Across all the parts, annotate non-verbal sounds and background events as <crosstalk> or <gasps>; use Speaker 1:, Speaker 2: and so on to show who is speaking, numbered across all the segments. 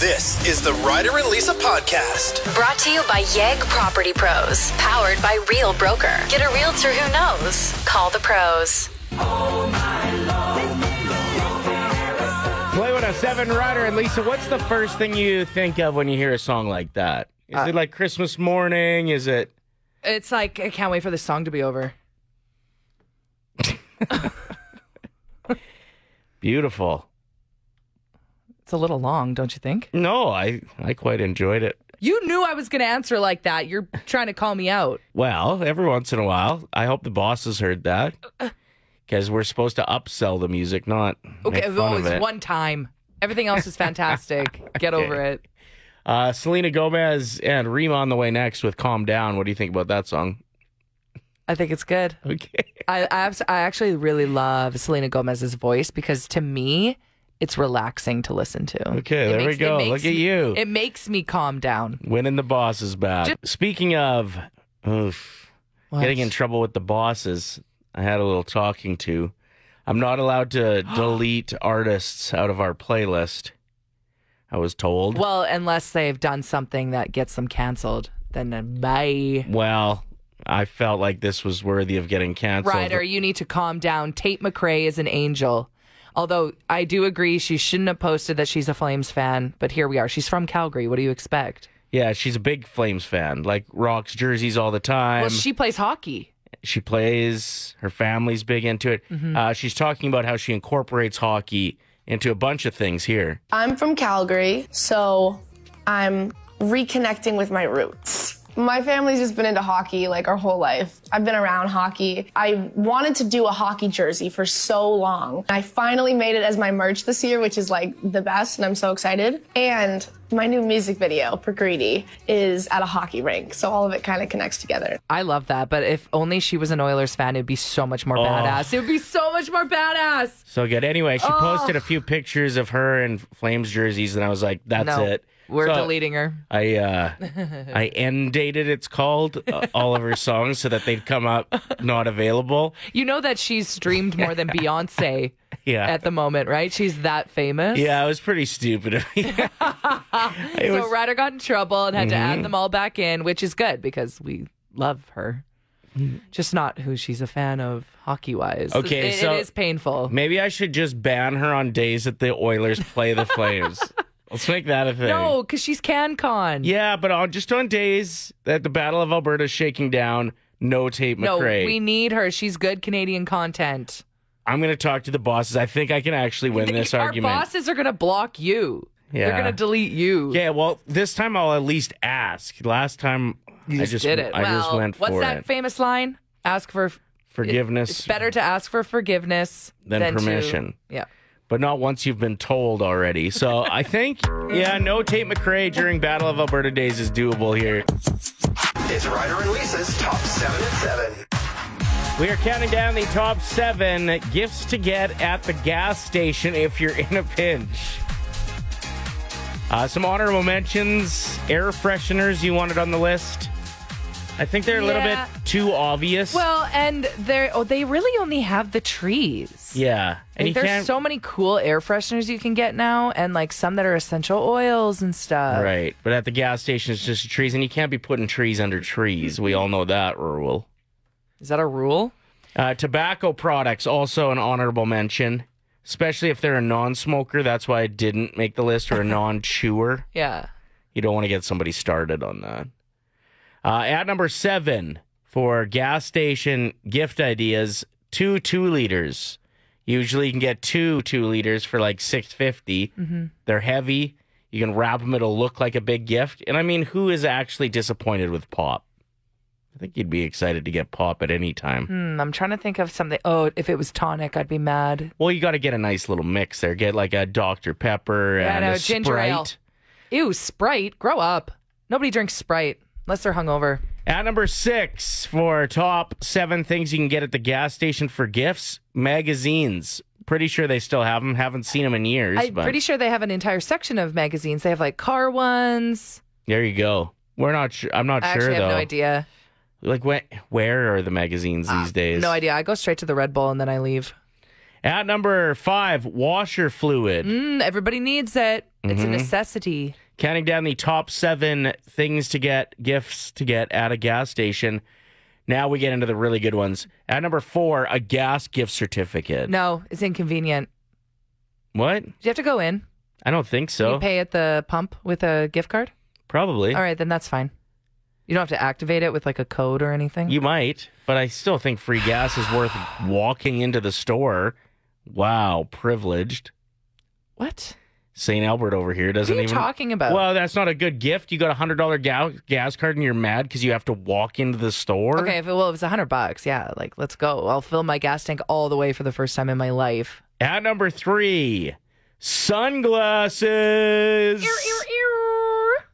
Speaker 1: This is the Ryder and Lisa podcast.
Speaker 2: Brought to you by Yegg Property Pros, powered by Real Broker. Get a realtor who knows. Call the pros.
Speaker 3: Play 107 Ryder and Lisa, what's the first thing you think of when you hear a song like that? Is it like Christmas morning? Is it
Speaker 4: It's like I can't wait for this song to be over.
Speaker 3: beautiful?
Speaker 4: It's a little long, don't you think?
Speaker 3: No, I I quite enjoyed it.
Speaker 4: You knew I was going to answer like that. You're trying to call me out.
Speaker 3: Well, every once in a while, I hope the boss has heard that
Speaker 4: Uh,
Speaker 3: because we're supposed to upsell the music, not
Speaker 4: Okay,
Speaker 3: make fun
Speaker 4: oh,
Speaker 3: of it.
Speaker 4: it's one time. Everything
Speaker 3: <laughs>
Speaker 4: else is fantastic. Get over it.
Speaker 3: Uh, Selena Gomez and Rima on the way next with "Calm Down." What do you think about that song?
Speaker 4: I think it's good.
Speaker 3: <laughs> Okay,
Speaker 4: I I, abs- I actually really love Selena Gomez's voice because to me, it's relaxing to listen to.
Speaker 3: okay,
Speaker 4: It
Speaker 3: there
Speaker 4: makes-
Speaker 3: we
Speaker 4: it
Speaker 3: go.
Speaker 4: makes
Speaker 3: Look at
Speaker 4: me-
Speaker 3: you.
Speaker 4: It makes me calm down.
Speaker 3: Winning the boss's back. Speaking of, oof, getting in
Speaker 4: What?
Speaker 3: trouble with the bosses, I had a little talking to. I'm not allowed
Speaker 4: <gasps>
Speaker 3: to delete artists out of our playlist. I was told.
Speaker 4: Well, unless they've done something that gets them canceled, then uh, bye.
Speaker 3: Well, I felt like this was worthy of getting canceled.
Speaker 4: Ryder, you need to calm down. Tate McRae is an angel. Although I do agree she shouldn't have posted that she's a Flames fan, but here we are. She's from Calgary. What do you expect?
Speaker 3: Yeah, she's a big Flames fan. Like rocks jerseys all the time.
Speaker 4: well, she plays hockey.
Speaker 3: she plays. Her family's big into it.
Speaker 4: Mm-hmm.
Speaker 3: Uh, she's talking about how she incorporates hockey into a bunch of things here.
Speaker 4: Uh,
Speaker 5: I'm from Calgary, so I'm reconnecting with my roots. My family's just been into hockey like our whole life. I've been around hockey. I wanted to do a hockey jersey for so long. I finally made it as my merch this year, which is like the best, and I'm so excited. And my new music video for Greedy is at a hockey rink, so all of it kind of connects together.
Speaker 4: I love that. But if only she was an Oilers fan, it'd be so much
Speaker 3: Oh.
Speaker 4: more badass. It would be so much more badass.
Speaker 3: So good. Anyway, she posted a few pictures of her in Flames jerseys, and I was like, "That's
Speaker 4: No,
Speaker 3: it.
Speaker 4: we're
Speaker 3: So
Speaker 4: deleting her.
Speaker 3: I uh,
Speaker 4: <laughs>
Speaker 3: I end dated. It's called uh, all of her songs, so that they'd come up not available.
Speaker 4: You know that she's streamed
Speaker 3: <laughs>
Speaker 4: more than Beyonce
Speaker 3: Yeah,
Speaker 4: at the moment, right? She's that famous.
Speaker 3: yeah. It was pretty stupid of me. <laughs> It
Speaker 4: <laughs> So
Speaker 3: was- Mm-hmm.
Speaker 4: Ryder got in trouble and had to add them all back in, which is good because we love her. Just not who she's a fan of hockey wise.
Speaker 3: Mm-hmm. Okay,
Speaker 4: it,
Speaker 3: so-
Speaker 4: it is painful.
Speaker 3: Maybe I should just ban her on days that the Oilers play the
Speaker 4: <laughs>
Speaker 3: Flames. Let's make that a thing.
Speaker 4: No, because she's CanCon.
Speaker 3: Yeah, but on just on days that the Battle of Alberta's shaking down, no Tate
Speaker 4: no,
Speaker 3: McRae.
Speaker 4: we need her. She's good Canadian content.
Speaker 3: I'm going to talk to the bosses. I think I can actually win this
Speaker 4: Our
Speaker 3: argument.
Speaker 4: bosses are gonna block you.
Speaker 3: Yeah.
Speaker 4: They're gonna delete you.
Speaker 3: Yeah, well, this time I'll at least ask. Last time I just
Speaker 4: did it.
Speaker 3: I
Speaker 4: well,
Speaker 3: just went
Speaker 4: what's
Speaker 3: for
Speaker 4: that
Speaker 3: it.
Speaker 4: famous line? Ask for
Speaker 3: Forgiveness,
Speaker 4: it's better to ask for forgiveness
Speaker 3: Than
Speaker 4: to-
Speaker 3: permission.
Speaker 4: yeah.
Speaker 3: but not once you've been told already. So I think, yeah, no Tate McRae during Battle of Alberta days is doable here.
Speaker 1: It's Ryder and Lisa's top seven and seven.
Speaker 3: We are counting down the top seven gifts to get at the gas station if you're in a pinch. Uh, some honorable mentions, air fresheners you wanted on the list. I think they're a little
Speaker 4: Yeah.
Speaker 3: bit too obvious.
Speaker 4: Well, and they oh, they really only have the trees.
Speaker 3: yeah, and you
Speaker 4: Like, there's
Speaker 3: can't
Speaker 4: so many cool air fresheners you can get now, and like some that are essential oils and stuff.
Speaker 3: Right. But at the gas station, it's just trees, and you can't be putting trees under trees. We all know that rule.
Speaker 4: Is that a rule?
Speaker 3: Uh, tobacco products, also an honorable mention, especially if they're a non smoker. That's why I didn't make the list, or <laughs> a non chewer.
Speaker 4: Yeah.
Speaker 3: You don't want to get somebody started on that. Uh, at number seven for gas station gift ideas, two two liters. Usually you can get two two liters for like six
Speaker 4: Mm-hmm.
Speaker 3: They're heavy. You can wrap them. It'll look like a big gift. And I mean, who is actually disappointed with pop? I think you'd be excited to get pop at any time.
Speaker 4: Hmm, I'm trying to think of something. Oh, if it was tonic, I'd be mad.
Speaker 3: Well, you got to get a nice little mix there. Get like a Dr Pepper
Speaker 4: Yeah,
Speaker 3: and
Speaker 4: no,
Speaker 3: a
Speaker 4: ginger
Speaker 3: Sprite.
Speaker 4: ale. Ew, Sprite. Grow up. Nobody drinks Sprite unless they're hungover.
Speaker 3: At number six for top seven things you can get at the gas station for gifts, magazines. Pretty sure they still have them. Haven't seen them in years,
Speaker 4: I'm
Speaker 3: but
Speaker 4: pretty sure they have an entire section of magazines. They have like car ones.
Speaker 3: there you go. We're not. Sure. I'm not
Speaker 4: I
Speaker 3: sure
Speaker 4: actually have
Speaker 3: though.
Speaker 4: no idea. Ah,
Speaker 3: Like when, where are the magazines these days?
Speaker 4: No idea. I go straight to the Red Bull and then I leave.
Speaker 3: At number five, washer fluid.
Speaker 4: Mm, everybody needs it.
Speaker 3: Mm-hmm.
Speaker 4: It's a necessity.
Speaker 3: Counting down the top seven things to get, gifts to get at a gas station. Now we get into the really good ones. At number four, a gas gift certificate.
Speaker 4: No, it's inconvenient.
Speaker 3: What?
Speaker 4: Do you have to go in?
Speaker 3: I don't think so.
Speaker 4: You pay at the pump with a gift card?
Speaker 3: Probably.
Speaker 4: All right, then that's fine. You don't have to activate it with like a code or anything.
Speaker 3: You might, but I still think free gas is worth walking into the store. Wow, privileged.
Speaker 4: what?
Speaker 3: St. Albert over here doesn't
Speaker 4: What are you
Speaker 3: even.
Speaker 4: talking about?
Speaker 3: Well, that's not a good gift. You got a hundred dollar ga- gas card and you're mad because you have to walk into the store.
Speaker 4: Okay, if it, well, if it's a hundred bucks, yeah, like let's go. I'll fill my gas tank all the way for the first time in my life.
Speaker 3: At number three, sunglasses.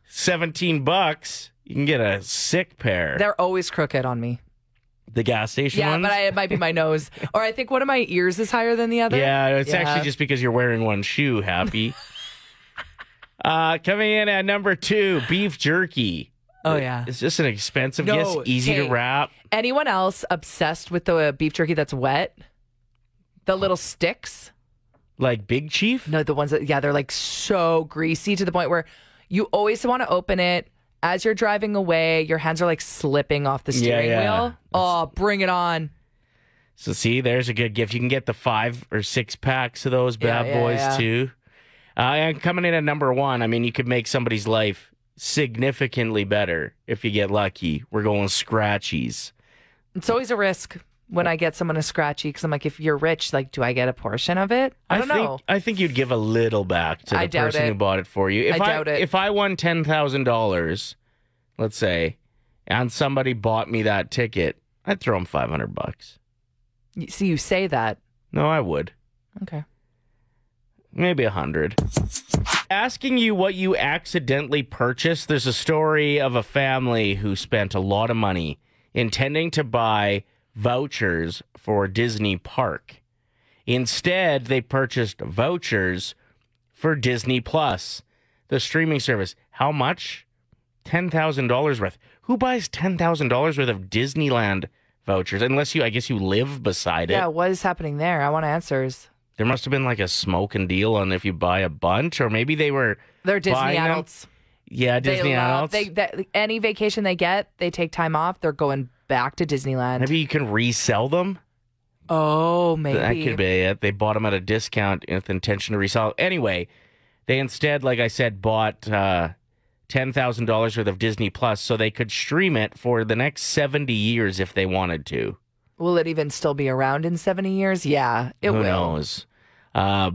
Speaker 3: Seventeen bucks. You can get a sick pair.
Speaker 4: They're always crooked on me.
Speaker 3: the gas station
Speaker 4: Yeah,
Speaker 3: ones.
Speaker 4: but I, it might be
Speaker 3: <laughs>
Speaker 4: my nose, or I think one of my ears is higher than the other.
Speaker 3: Yeah, it's actually
Speaker 4: Yeah.
Speaker 3: just because you're wearing one shoe,
Speaker 4: <laughs>
Speaker 3: Happy. uh, coming in at number two, beef jerky.
Speaker 4: Oh yeah.
Speaker 3: It's just an expensive
Speaker 4: No,
Speaker 3: guess, easy to
Speaker 4: hey.
Speaker 3: wrap.
Speaker 4: Anyone else obsessed with the uh, beef jerky that's wet? The little sticks?
Speaker 3: Like Big Chief?
Speaker 4: No, the ones that yeah, they're like so greasy to the point where you always want to open it. As you're driving away, your hands are like slipping off the
Speaker 3: Yeah,
Speaker 4: steering
Speaker 3: yeah.
Speaker 4: wheel. Oh, bring it on.
Speaker 3: So see, there's a good gift. You can get the five or six packs of those
Speaker 4: Yeah,
Speaker 3: bad
Speaker 4: yeah,
Speaker 3: boys
Speaker 4: yeah.
Speaker 3: too. Uh, and coming in at number one, I mean, you could make somebody's life significantly better if you get lucky. We're going scratchies.
Speaker 4: It's always a risk when I get someone a scratchy because I'm like, if you're rich, like, do I get a portion of it? I don't
Speaker 3: think,
Speaker 4: know.
Speaker 3: I think you'd give a little back to the
Speaker 4: I doubt
Speaker 3: person
Speaker 4: it.
Speaker 3: who bought it for you.
Speaker 4: I
Speaker 3: If I,
Speaker 4: doubt it.
Speaker 3: If I won ten thousand dollars, let's say, and somebody bought me that ticket, I'd throw them five hundred bucks.
Speaker 4: You- See, you say that.
Speaker 3: No, I would.
Speaker 4: Okay.
Speaker 3: maybe a hundred. Asking you what you accidentally purchased. There's a story of a family who spent a lot of money intending to buy vouchers for Disney Park. Instead, they purchased vouchers for Disney Plus, the streaming service. How much? $10,000 worth. Who buys $10,000 worth of Disneyland vouchers? Unless you, I guess you live beside it.
Speaker 4: Yeah, what is happening there? I want answers.
Speaker 3: There must have been like a smoking deal on if you buy a bunch, or maybe they were
Speaker 4: They're Disney
Speaker 3: Buying them?
Speaker 4: adults.
Speaker 3: yeah Disney
Speaker 4: they love,
Speaker 3: adults.
Speaker 4: They, that, any vacation they get, they take time off. They're going back to Disneyland.
Speaker 3: maybe you can resell them.
Speaker 4: Oh, maybe.
Speaker 3: That could be it. They bought them at a discount with intention to resell. Anyway, they instead, like I said, bought uh, ten thousand dollars worth of Disney Plus, so they could stream it for the next seventy years if they wanted to.
Speaker 4: Will it even still be around in 70 years? Yeah, it
Speaker 3: Who
Speaker 4: will.
Speaker 3: knows? Uh,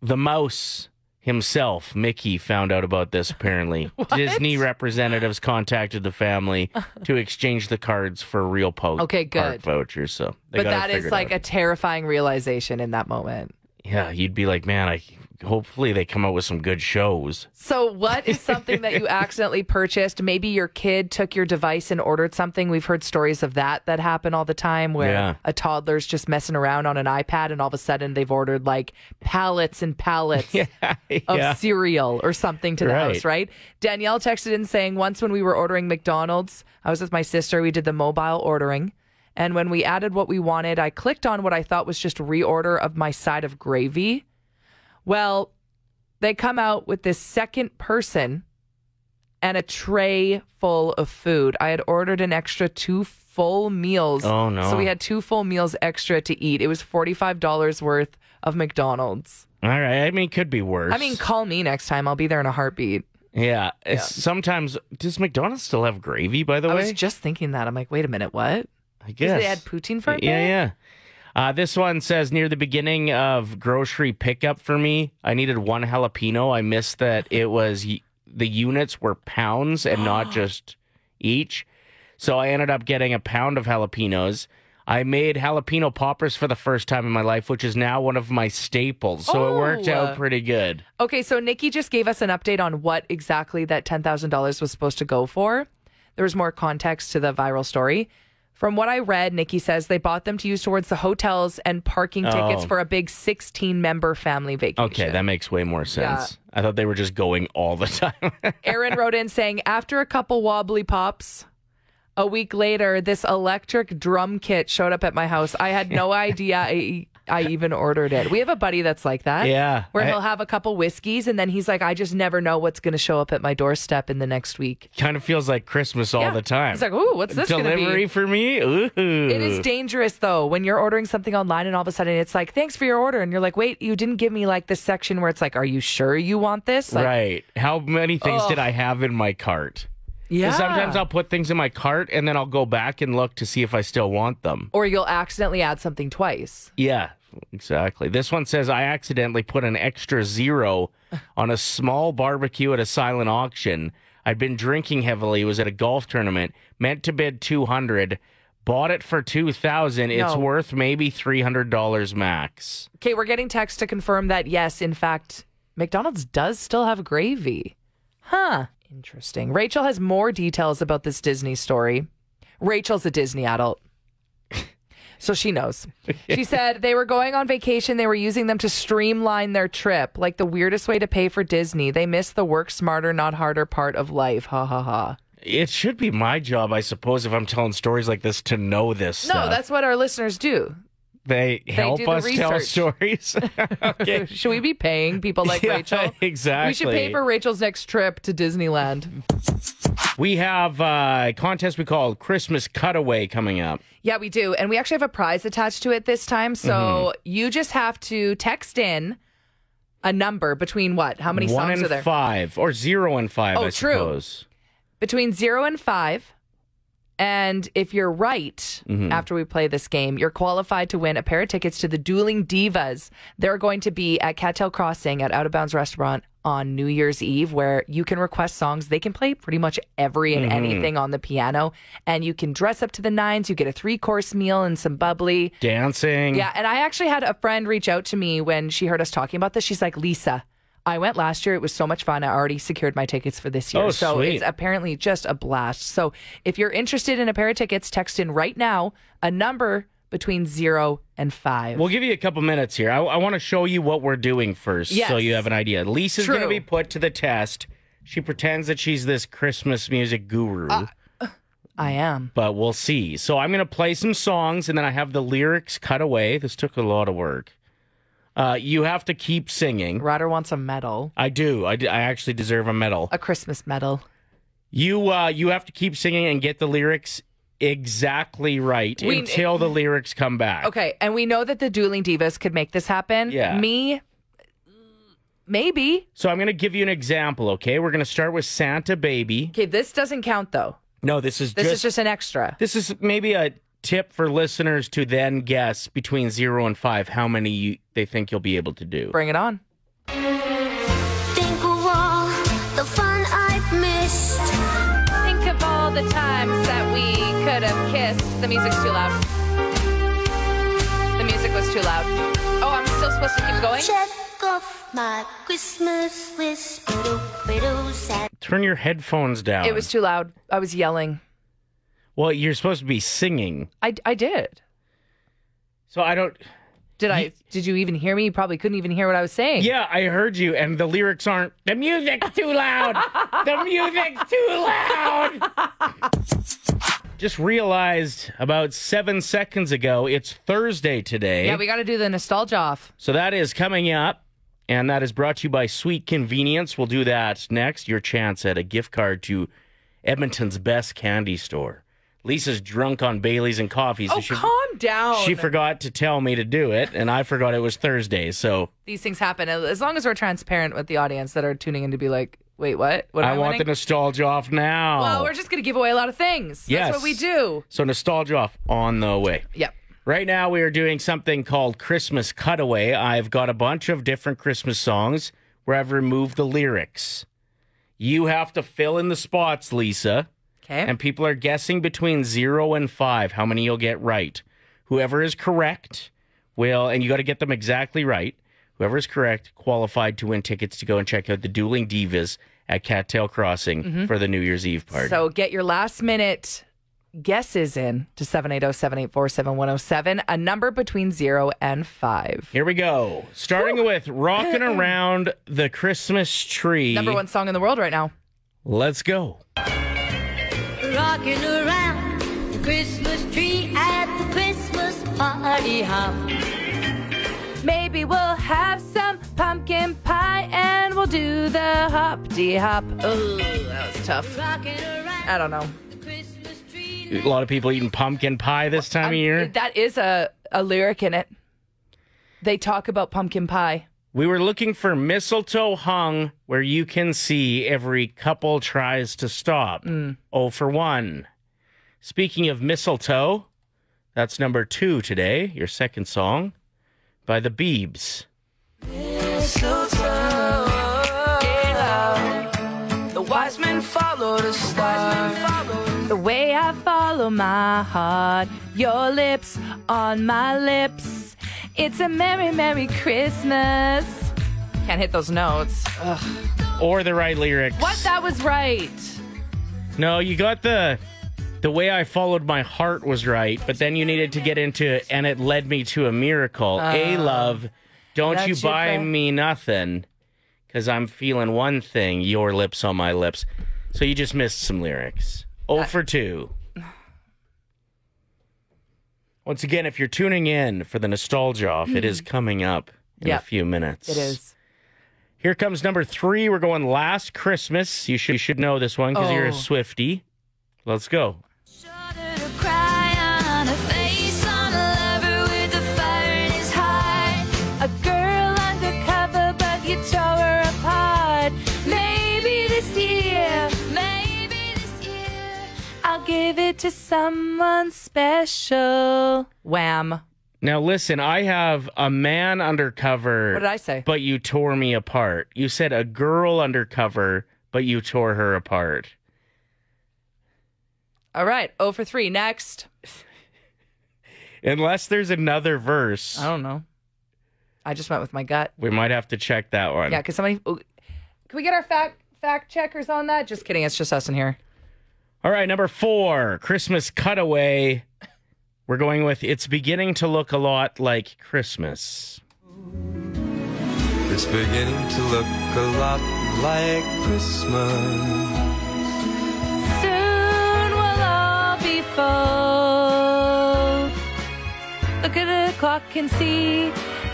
Speaker 3: the mouse himself, Mickey, found out about this
Speaker 4: <laughs>
Speaker 3: apparently. Disney representatives contacted the family
Speaker 4: <laughs>
Speaker 3: to exchange the cards for real po-
Speaker 4: Okay,
Speaker 3: park
Speaker 4: good.
Speaker 3: vouchers. So they
Speaker 4: But
Speaker 3: got it
Speaker 4: that is
Speaker 3: figured
Speaker 4: like
Speaker 3: out.
Speaker 4: a terrifying realization in that moment.
Speaker 3: yeah, you'd be like, man, I hopefully they come out with some good shows. <laughs>
Speaker 4: So, what is something that you accidentally purchased? Maybe your kid took your device and ordered something. We've heard stories of that that happen all the time where
Speaker 3: Yeah.
Speaker 4: a toddler's just messing around on an iPad and all of a sudden they've ordered like pallets and pallets of
Speaker 3: <laughs> yeah.
Speaker 4: cereal or something to the
Speaker 3: Right.
Speaker 4: house, right? Danielle texted in saying, Once when we were ordering McDonald's, I was with my sister, we did the mobile ordering. And when we added what we wanted, I clicked on what I thought was just reorder of my side of gravy. Well, they come out with this second person and a tray full of food. I had ordered an extra two full meals.
Speaker 3: Oh, no.
Speaker 4: So we had two full meals extra to eat. It was $45 worth of McDonald's.
Speaker 3: All right, I mean, it could be worse.
Speaker 4: I mean, call me next time. I'll be there in a heartbeat.
Speaker 3: yeah. it's- Sometimes does McDonald's still have gravy? By the
Speaker 4: I
Speaker 3: way,
Speaker 4: was just thinking that. I'm like, wait a minute, what?
Speaker 3: I guess
Speaker 4: Because they had poutine for a bit?
Speaker 3: Yeah, yeah. Uh, this one says near the beginning of grocery pickup for me, I needed one jalapeno. I missed that it was y- the units were pounds and
Speaker 4: <gasps>
Speaker 3: not just each. So I ended up getting a pound of jalapenos. I made jalapeno poppers for the first time in my life, which is now one of my staples. So it worked
Speaker 4: Oh.
Speaker 3: out pretty good.
Speaker 4: Okay, so Nikki just gave us an update on what exactly that $10,000 was supposed to go for. There was more context to the viral story. From what I read, Nikki says they bought them to use towards the hotels and parking tickets
Speaker 3: Oh.
Speaker 4: for a big 16 member family vacation.
Speaker 3: Okay, that makes way more sense. I thought they were just going all the <laughs> time.
Speaker 4: Aaron wrote in saying, after a couple wobbly pops, a week later, this electric drum kit showed up at my house. I had no idea I I even ordered it. We have a buddy that's like that.
Speaker 3: Yeah.
Speaker 4: Where
Speaker 3: I-
Speaker 4: he'll have a couple whiskeys and then he's like, I just never know what's going to show up at my doorstep in the next week.
Speaker 3: Kind of feels like Christmas all
Speaker 4: Yeah.
Speaker 3: the time.
Speaker 4: He's like, ooh, what's this going to
Speaker 3: Delivery
Speaker 4: be?
Speaker 3: for me? Ooh.
Speaker 4: It is dangerous though when you're ordering something online and all of a sudden it's like, thanks for your order. And you're like, wait, you didn't give me like this section where it's like, are you sure you want this? Like,
Speaker 3: right. How many things did I have in my cart?
Speaker 4: Yeah.
Speaker 3: Sometimes I'll put things in my cart and then I'll go back and look to see if I still want them.
Speaker 4: or you'll accidentally add something twice.
Speaker 3: Yeah, exactly. This one says I accidentally put an extra
Speaker 4: <laughs>
Speaker 3: zero on a small barbecue at a silent auction. I'd been drinking heavily, was at a golf tournament, meant to bid 200, bought it for 2000. It's
Speaker 4: No.
Speaker 3: worth maybe $300 max.
Speaker 4: Okay, we're getting text to confirm that yes, in fact, McDonald's does still have gravy. Huh. Interesting. Rachel has more details about this Disney story. Rachel's a Disney adult. <laughs> So she knows. She <laughs> said they were going on vacation. They were using them to streamline their trip, like the weirdest way to pay for Disney. They missed the work smarter, not harder part of life. Ha ha ha.
Speaker 3: It should be my job, I suppose, if I'm telling stories like this to know this.
Speaker 4: No,
Speaker 3: stuff.
Speaker 4: that's what our listeners do.
Speaker 3: they, help
Speaker 4: do the
Speaker 3: us tell
Speaker 4: research. <laughs>
Speaker 3: stories. okay.
Speaker 4: Should we be paying people <laughs>
Speaker 3: <laughs>
Speaker 4: like
Speaker 3: Yeah,
Speaker 4: Rachel?
Speaker 3: exactly.
Speaker 4: We should pay for Rachel's next trip to Disneyland.
Speaker 3: We have uh, a contest we call Christmas Cutaway coming up.
Speaker 4: Yeah, we do. And we actually have a prize attached to it this time. So
Speaker 3: Mm-hmm.
Speaker 4: you just have to text in a number between what? How many
Speaker 3: one
Speaker 4: songs
Speaker 3: and
Speaker 4: are there?
Speaker 3: five or zero and five.
Speaker 4: Oh,
Speaker 3: I
Speaker 4: true.
Speaker 3: suppose.
Speaker 4: Between zero and five. And if you're right,
Speaker 3: Mm-hmm.
Speaker 4: after we play this game, you're qualified to win a pair of tickets to the Dueling Divas. They're going to be at Cattail Crossing at Out of Bounds Restaurant on New Year's Eve, where you can request songs. They can play pretty much every and
Speaker 3: Mm-hmm.
Speaker 4: anything on the piano. And you can dress up to the nines. You get a three course meal and some bubbly.
Speaker 3: Dancing.
Speaker 4: Yeah, and I actually had a friend reach out to me when she heard us talking about this. She's like, Lisa, I went last year. It was so much fun. I already secured my tickets for this year.
Speaker 3: Oh,
Speaker 4: so
Speaker 3: sweet.
Speaker 4: it's apparently just a blast. So if you're interested in a pair of tickets, text in right now a number between zero and five.
Speaker 3: We'll give you a couple minutes here. I, want to show you what we're doing first so
Speaker 4: Yes.
Speaker 3: you have an idea. Lisa's
Speaker 4: True.
Speaker 3: going to be put to the test. She pretends that she's this Christmas music guru,
Speaker 4: Uh, I am.
Speaker 3: but we'll see. So I'm going to play some songs and then I have the lyrics cut away. This took a lot of work. Uh, you have to keep singing.
Speaker 4: Ryder wants a medal,
Speaker 3: I do. I, d- I actually deserve a medal.
Speaker 4: a Christmas medal.
Speaker 3: You uh, you have to keep singing and get the lyrics exactly right
Speaker 4: We-
Speaker 3: until the lyrics come back.
Speaker 4: Okay, and we know that the Dueling Divas could make this happen.
Speaker 3: Yeah.
Speaker 4: Me, maybe.
Speaker 3: So I'm going to give you an example, okay? We're going to start with Santa Baby.
Speaker 4: Okay, this doesn't count though.
Speaker 3: No, this is
Speaker 4: This
Speaker 3: just,
Speaker 4: is just an extra.
Speaker 3: this is maybe a tip for listeners to then guess between 0 and 5 how many you, they think you'll be able to do.
Speaker 4: Bring it on.
Speaker 6: Think of all the fun I've missed.
Speaker 4: Think of all the times that we could have kissed. The music's too loud. The music was too loud. Oh, I'm still supposed to keep going?
Speaker 6: Check off my Christmas list. Widow, widow, sad.
Speaker 3: Turn your headphones down.
Speaker 4: It was too loud. I was yelling.
Speaker 3: Well, you're supposed to be singing.
Speaker 4: I, I did.
Speaker 3: So I don't
Speaker 4: Did I? Did you even hear me? You probably couldn't even hear what I was saying.
Speaker 3: Yeah, I heard you and the lyrics aren't The music's too loud. the music's too loud. Just realized about 7 seconds ago it's Thursday today.
Speaker 4: Yeah, we got to do the nostalgia off.
Speaker 3: So that is coming up, and that is brought to you by Sweet Convenience. We'll do that next. Your chance at a gift card to Edmonton's best candy store. Lisa's drunk on Bailey's and coffees.
Speaker 4: Oh,
Speaker 3: and
Speaker 4: calm down.
Speaker 3: she forgot to tell me to do it, and I forgot it was Thursday. So
Speaker 4: These things happen. As long as we're transparent with the audience that are tuning in to be like, wait, what? What am
Speaker 3: I, want
Speaker 4: winning?
Speaker 3: the nostalgia off now.
Speaker 4: Well, we're just going to give away a lot of things.
Speaker 3: Yes.
Speaker 4: That's what we do.
Speaker 3: so nostalgia off on the way.
Speaker 4: Yep.
Speaker 3: Right now, we are doing something called Christmas Cutaway. I've got a bunch of different Christmas songs where I've removed the lyrics. You have to fill in the spots, Lisa,
Speaker 4: Okay.
Speaker 3: and people are guessing between zero and five how many you'll get right. Whoever is correct will, and you got to get them exactly right. Whoever is correct qualified to win tickets to go and check out the Dueling Divas at Cattail Crossing for the New Year's Eve party.
Speaker 4: Mm-hmm. So get your last minute guesses in to oh, 780-784-7107, a number between 0 and 5.
Speaker 3: Here we go. Starting with
Speaker 4: <clears throat>
Speaker 3: Rockin' Around the Christmas Tree.
Speaker 4: Number one song in the world right now.
Speaker 3: Let's go.
Speaker 6: Rocking around the Christmas tree at the Christmas party hop.
Speaker 4: Maybe we'll have some pumpkin pie and we'll do the hop de hop. Oh, that was tough. I don't know.
Speaker 3: A lot of people eating pumpkin pie this time of year.
Speaker 4: That is a, a lyric in it. They talk about pumpkin pie.
Speaker 3: We were looking for mistletoe hung where you can see every couple tries to stop. Oh, for one. Speaking of mistletoe, that's number two today, your second song by the Beebs.
Speaker 4: The wise men follow the star. The way I follow my heart, your lips on my lips. It's a merry, merry Christmas. Can't hit those notes.
Speaker 3: Or the right lyrics.
Speaker 4: What? That was right.
Speaker 3: No, you got the the way I followed my heart was right, but then you needed to get into and it led me to a miracle.
Speaker 4: Ah.
Speaker 3: a love, don't
Speaker 4: that
Speaker 3: you
Speaker 4: you
Speaker 3: buy
Speaker 4: cry-
Speaker 3: me nothing, cause I'm feeling one thing, your lips on my lips. So you just missed some lyrics. Oh for two. Once again, if you're tuning in for the nostalgia off, it is coming up in a
Speaker 4: Mm-hmm. Yep.
Speaker 3: few minutes.
Speaker 4: It is.
Speaker 3: Here comes number three. We're going last Christmas. You should, you should know this one because you're
Speaker 4: Oh.
Speaker 3: a Swifty. Let's go.
Speaker 4: A girl undercover, but you tore her apart. Maybe this year, I'll give it to someone special. Wham.
Speaker 3: Now listen, I have a man undercover.
Speaker 4: What did I say?
Speaker 3: But you tore me apart. You said a girl undercover, but you tore her apart.
Speaker 4: All right, 0 for 3. Next.
Speaker 3: Unless there's another verse,
Speaker 4: I don't know. I just went with my gut.
Speaker 3: we might have to check that one.
Speaker 4: Yeah, because somebody. Ooh. Can we get our fact fact checkers on that? Just kidding. It's just us in here.
Speaker 3: All right, number four, Christmas cutaway. We're going with it's beginning to look a lot like Christmas.
Speaker 7: It's beginning to look a lot like Christmas.
Speaker 4: Soon we'll all be full. Look at the clock and see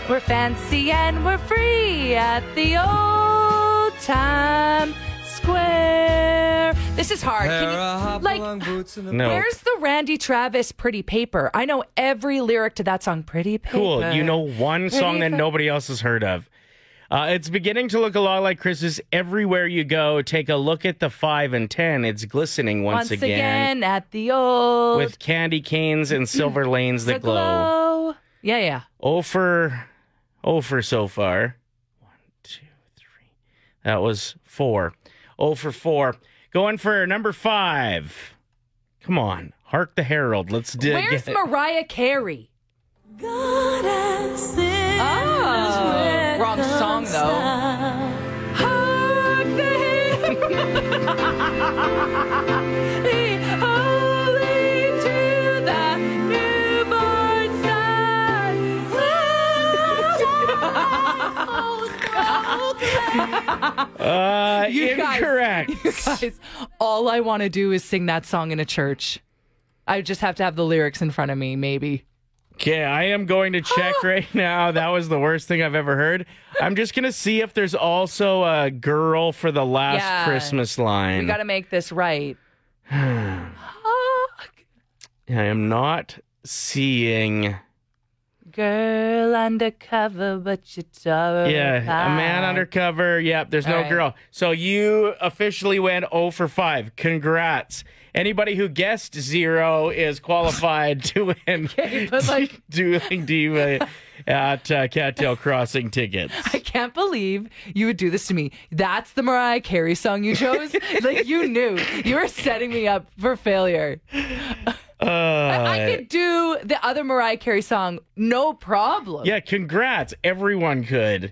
Speaker 4: we're fancy and we're free at the old time square. This is hard. Can
Speaker 7: Pair of
Speaker 4: you,
Speaker 7: hop-along
Speaker 4: like,
Speaker 7: boots and a
Speaker 3: No.
Speaker 4: where's the Randy Travis Pretty Paper? I know every lyric to that song, Pretty Paper.
Speaker 3: Cool. You know one song that
Speaker 4: Paper.
Speaker 3: nobody else has heard of. Uh, it's beginning to look a lot like Christmas everywhere you go. Take a look at the five and ten. It's glistening once,
Speaker 4: Once again, at the old
Speaker 3: with candy canes and silver lanes that glow.
Speaker 4: glow. Yeah, yeah.
Speaker 3: Oh for, oh for so far. One, two, three. That was four. Oh for four. Going for number five. Come on, hark the herald. Let's dig.
Speaker 4: Where's
Speaker 3: it.
Speaker 4: Mariah Carey? Oh, wrong song though. <laughs> Hark the herald, holy to the newborn sun.
Speaker 3: uh,
Speaker 4: <laughs> You guys-
Speaker 3: incorrect.
Speaker 4: Guys, all I want to do is sing that song in a church. I just have to have the lyrics in front of me, maybe.
Speaker 3: Okay, I am going to
Speaker 4: <gasps>
Speaker 3: check right now. That was the worst thing I've ever heard. I'm just going to see if there's also a girl for the last
Speaker 4: Yeah.
Speaker 3: Christmas line.
Speaker 4: You got to make this right. Hark,
Speaker 3: I am not seeing.
Speaker 4: <sighs> Girl undercover, but you tore
Speaker 3: Yeah, a man
Speaker 4: apart.
Speaker 3: undercover. Yep, there's no
Speaker 4: All right.
Speaker 3: girl. So you officially went 0 for 5. Congrats. Anybody who guessed zero is qualified <laughs> to
Speaker 4: <laughs>
Speaker 3: win <laughs>
Speaker 4: but like-
Speaker 3: Dueling
Speaker 4: <laughs>
Speaker 3: Diva at uh, Cattail Crossing tickets.
Speaker 4: I can't believe you would do this to me. That's the Mariah Carey song you chose. like you knew you were setting me up for failure. I
Speaker 3: Uh,
Speaker 4: could do the other Mariah Carey song, no problem.
Speaker 3: yeah, congrats. Everyone could.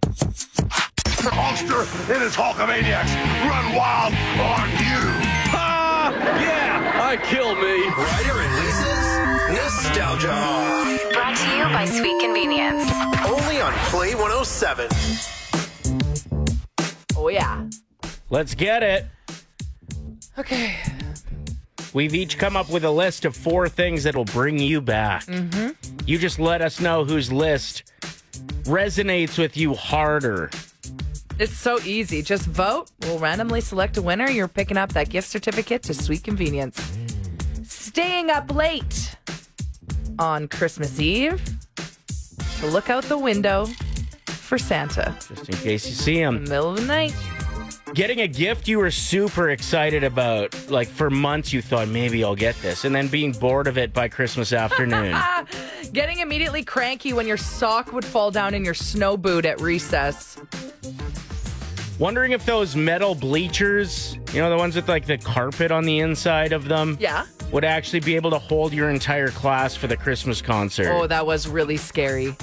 Speaker 1: Hulkster and his Hulkamaniacs run wild on you.
Speaker 7: Ah, yeah, I kill me.
Speaker 1: Ryder and Lisa's Nostalgia Off.
Speaker 2: Brought to you by Sweet Convenience.
Speaker 1: Only on Play 107.
Speaker 4: Oh yeah.
Speaker 3: Let's get it.
Speaker 4: Okay.
Speaker 3: We've each come up with a list of
Speaker 4: Mm-hmm.
Speaker 3: four things that'll bring you back. You just let us know whose list resonates with you harder.
Speaker 4: It's so easy. Just vote. We'll randomly select a winner. You're picking up that gift certificate to Sweet Convenience. Staying up late on Christmas Eve to look out the window for Santa.
Speaker 3: Just in case you see them.
Speaker 4: Middle of the night.
Speaker 3: Getting a gift you were super excited about, like for months you thought maybe I'll get this, and then being bored of it by Christmas
Speaker 4: <laughs>
Speaker 3: afternoon.
Speaker 4: Getting immediately cranky when your sock would fall down in your snow boot at recess.
Speaker 3: Wondering if those metal bleachers, you know, the ones with like the carpet on the inside of them,
Speaker 4: Yeah.
Speaker 3: would actually be able to hold your entire class for the Christmas concert.
Speaker 4: Oh, that was really scary.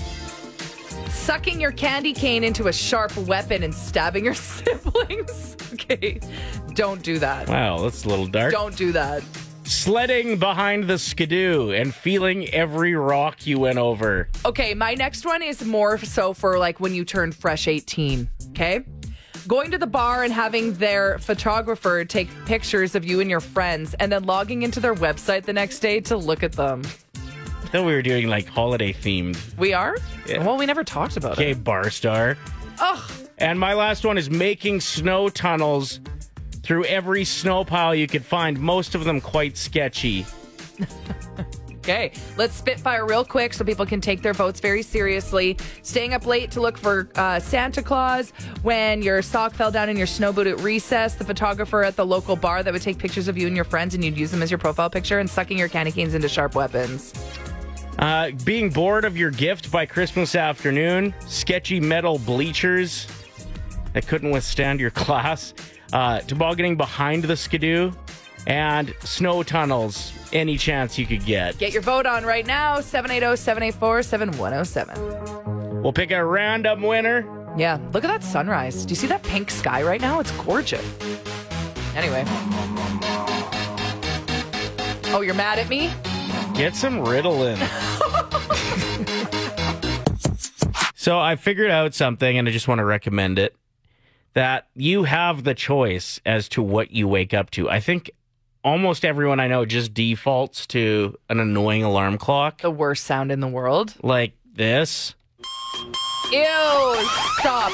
Speaker 4: Sucking your candy cane into a sharp weapon and stabbing your <laughs> siblings. Okay. Don't do that.
Speaker 3: wow, that's a little dark.
Speaker 4: Don't do that.
Speaker 3: Sledding behind the skidoo and feeling every rock you went over.
Speaker 4: Okay, my next one is more so for like when you turn fresh 18. Okay. Going to the bar and having their photographer take pictures of you and your friends and then logging into their website the next day to look at them.
Speaker 3: I thought we were doing like holiday themed.
Speaker 4: We are? Well, we never talked about
Speaker 3: Okay,
Speaker 4: it.
Speaker 3: bar star.
Speaker 4: Ugh.
Speaker 3: And my last one is making snow tunnels through every snow pile you could find, most of them quite sketchy.
Speaker 4: Okay, let's spitfire real quick so people can take their votes very seriously. Staying up late to look for uh, Santa Claus, when your sock fell down in your snow boot at recess, the photographer at the local bar that would take pictures of you and your friends and you'd use them as your profile picture, and sucking your candy canes into sharp weapons.
Speaker 3: Uh, being bored of your gift by Christmas afternoon, sketchy metal bleachers that couldn't withstand your <laughs> class, uh, tobogganing behind the skidoo, and snow tunnels any chance you could get.
Speaker 4: Get your vote on right now oh, 780 784 7107.
Speaker 3: We'll pick a random winner.
Speaker 4: Yeah, look at that sunrise. Do you see that pink sky right now? It's gorgeous. Anyway. Oh, you're mad at me?
Speaker 3: Get some Ritalin. so I figured out something, and I just want to recommend it. That you have the choice as to what you wake up to. I think almost everyone I know just defaults to an annoying alarm clock
Speaker 4: The worst sound in the world.
Speaker 3: like this.
Speaker 4: Ew, stop.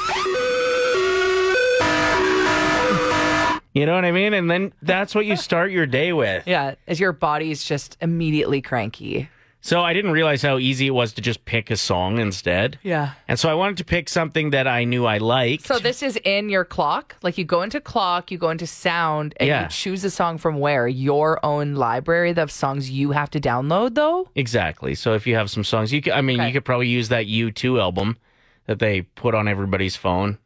Speaker 3: You know what I mean? And then that's what you start your day with.
Speaker 4: Yeah, as your body's just immediately cranky.
Speaker 3: So I didn't realize how easy it was to just pick a song instead.
Speaker 4: Yeah.
Speaker 3: And so I wanted to pick something that I knew I liked.
Speaker 4: So this is in your clock. Like you go into clock, you go into sound, and
Speaker 3: Yeah.
Speaker 4: you choose a song from where? Your own library of songs you have to download though?
Speaker 3: Exactly. So if you have some songs, you could, I mean,
Speaker 4: Okay.
Speaker 3: you could probably use that U2 album that they put on everybody's phone.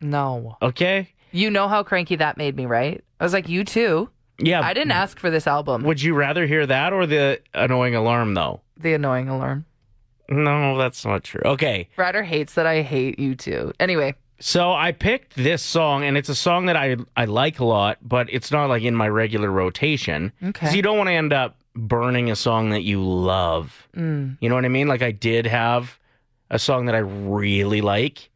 Speaker 4: No.
Speaker 3: Okay?
Speaker 4: You know how cranky that made me, right? I was like, you too.
Speaker 3: Yeah.
Speaker 4: I didn't ask for this album.
Speaker 3: Would you rather hear that or the annoying alarm though?
Speaker 4: The annoying alarm.
Speaker 3: No, that's not true. Okay.
Speaker 4: Ryder hates that I hate you too. Anyway,
Speaker 3: So I picked this song and it's a song that I I like a lot, but it's not like in my regular rotation.
Speaker 4: Okay.
Speaker 3: 'Cause you don't want to end up burning a song that you love.
Speaker 4: Mm.
Speaker 3: You know what I mean? Like I did have a song that I really like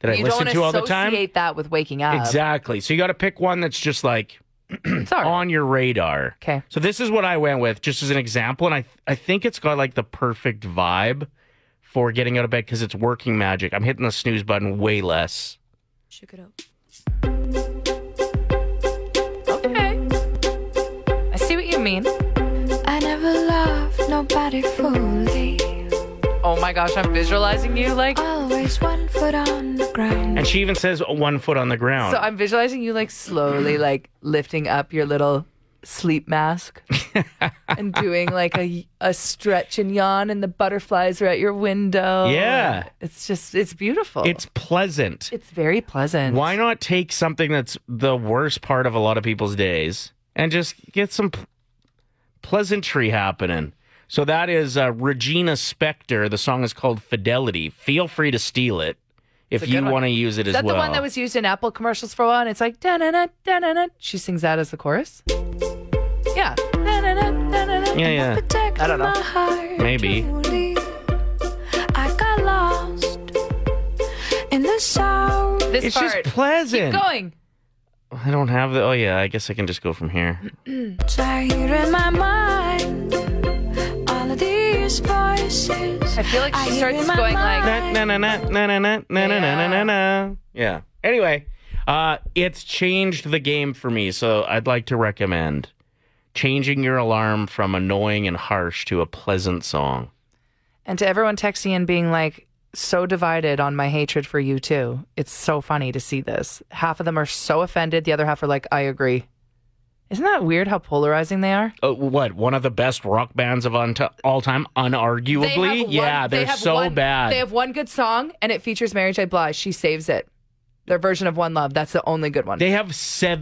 Speaker 3: that I
Speaker 4: you
Speaker 3: listen
Speaker 4: don't
Speaker 3: to all the time.
Speaker 4: associate that with waking up.
Speaker 3: Exactly. So you got to pick one that's just like <clears throat>
Speaker 4: Sorry.
Speaker 3: on your radar.
Speaker 4: Okay.
Speaker 3: So this is what I went with, just as an example, and I I think it's got like the perfect vibe for getting out of bed because it's working magic. I'm hitting the snooze button way less.
Speaker 6: Shook it up.
Speaker 4: Okay. I see what you mean.
Speaker 8: I never loved nobody fully.
Speaker 4: Oh my gosh, I'm visualizing you like.
Speaker 8: Always one foot on the ground.
Speaker 3: And she even says one foot on the ground.
Speaker 4: So I'm visualizing you like slowly like lifting up your little
Speaker 3: <laughs>
Speaker 4: sleep mask and doing like a, a stretch and yawn, and the butterflies are at your window.
Speaker 3: Yeah.
Speaker 4: It's just, it's beautiful.
Speaker 3: it's pleasant.
Speaker 4: it's very pleasant.
Speaker 3: Why not take something that's the worst part of a lot of people's days and just get some p- pleasantry happening? So that is uh, Regina Spector. The song is called Fidelity. Feel free to steal it if
Speaker 4: a good
Speaker 3: you
Speaker 4: one.
Speaker 3: want to use it
Speaker 4: Is
Speaker 3: as
Speaker 4: that
Speaker 3: well.
Speaker 4: the one that was used in Apple commercials for a while? And it's like, da na na, da na na. She sings that as the chorus. Yeah. Da-na-na, da-na-na. <laughs>
Speaker 3: yeah, yeah.
Speaker 8: Protect
Speaker 4: I don't know.
Speaker 8: my heart
Speaker 3: Maybe.
Speaker 8: truly. I got lost in the sound.
Speaker 4: This
Speaker 3: It's
Speaker 4: part.
Speaker 3: just pleasant.
Speaker 4: going.
Speaker 3: I don't have the. Oh yeah, I guess I can just go from here.
Speaker 8: I hear in my mind all of these these voices.
Speaker 4: I feel like she
Speaker 8: hear
Speaker 4: starts
Speaker 8: in my
Speaker 4: going like-
Speaker 8: mind.
Speaker 3: na na na na na na na na na na na na. Yeah. Anyway, uh, it's changed the game for me. So I'd like to recommend changing your alarm from annoying and harsh to a pleasant song.
Speaker 4: And to everyone texting and being like, so divided on my hatred for you too. It's so funny to see this. Half of them are so offended, the other half are like, I agree. Isn't that weird how polarizing they are?
Speaker 3: Uh, what? One of the best rock bands of un- all time, unarguably.
Speaker 4: have one-
Speaker 3: yeah,
Speaker 4: they
Speaker 3: they're
Speaker 4: have
Speaker 3: so
Speaker 4: one-
Speaker 3: bad.
Speaker 4: They have one good song and it features Mary J. Blige. She saves it. Their version of One Love. That's the only good one.
Speaker 3: They have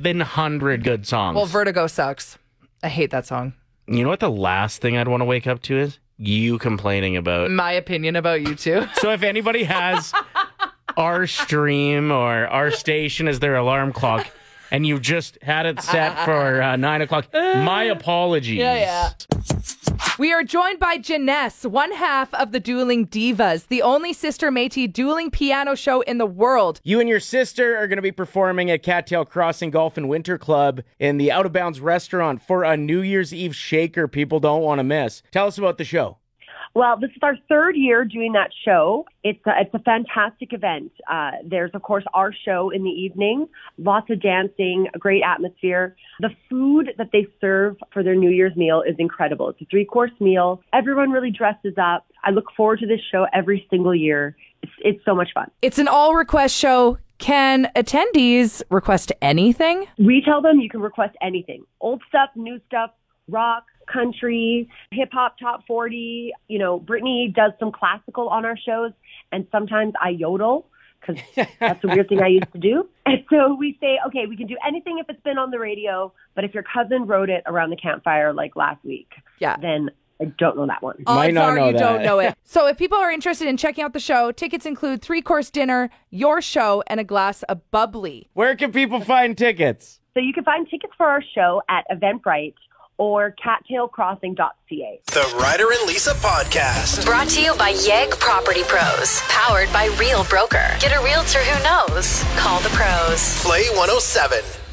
Speaker 3: 700 good songs.
Speaker 4: well, Vertigo sucks. I hate that song.
Speaker 3: you know what the last thing I'd want to wake up to is? You complaining about.
Speaker 4: My opinion about you two.
Speaker 3: So if anybody has our stream or our station as their alarm clock, and you just had it set for uh, nine o'clock, my apologies.
Speaker 4: Uh, yeah. <laughs> We are joined by Janess, one half of the Dueling Divas, the only sister Métis dueling piano show in the world.
Speaker 3: You and your sister are going to be performing at Cattail Crossing Golf and Winter Club in the Out of Bounds restaurant for a New Year's Eve shaker people don't want to miss. Tell us about the show.
Speaker 9: Well, this is our third year doing that show. It's a, it's a fantastic event. Uh, there's, of course, our show in the evening, lots of dancing, a great atmosphere. The food that they serve for their New Year's meal is incredible. It's a three course meal. Everyone really dresses up. I look forward to this show every single year. It's, it's so much fun.
Speaker 4: It's an all request show. Can attendees request anything?
Speaker 9: We tell them you can request anything old stuff, new stuff, rock, country, hip hop top 40. You know, Brittany does some classical on our shows, and sometimes I yodel because that's a weird thing I used to do. And so we say, okay, we can do anything if it's been on the radio, but if your cousin wrote it around the campfire like last week,
Speaker 4: Yeah.
Speaker 9: then I don't know that one.
Speaker 3: Might
Speaker 4: Odds
Speaker 3: not
Speaker 4: are
Speaker 3: know
Speaker 4: you don't
Speaker 3: that.
Speaker 4: know
Speaker 3: <laughs>
Speaker 4: it. so if people are interested in checking out the show, tickets include three course dinner, your show, and a glass of bubbly.
Speaker 3: Where can people find tickets?
Speaker 9: So you can find tickets for our show at Eventbrite or cattailcrossing.ca.
Speaker 10: The Ryder and Lisa Podcast.
Speaker 2: Brought to you by Yegg Property Pros, powered by Real Broker. Get a realtor who knows. Call the pros.
Speaker 1: oh
Speaker 10: Play 107.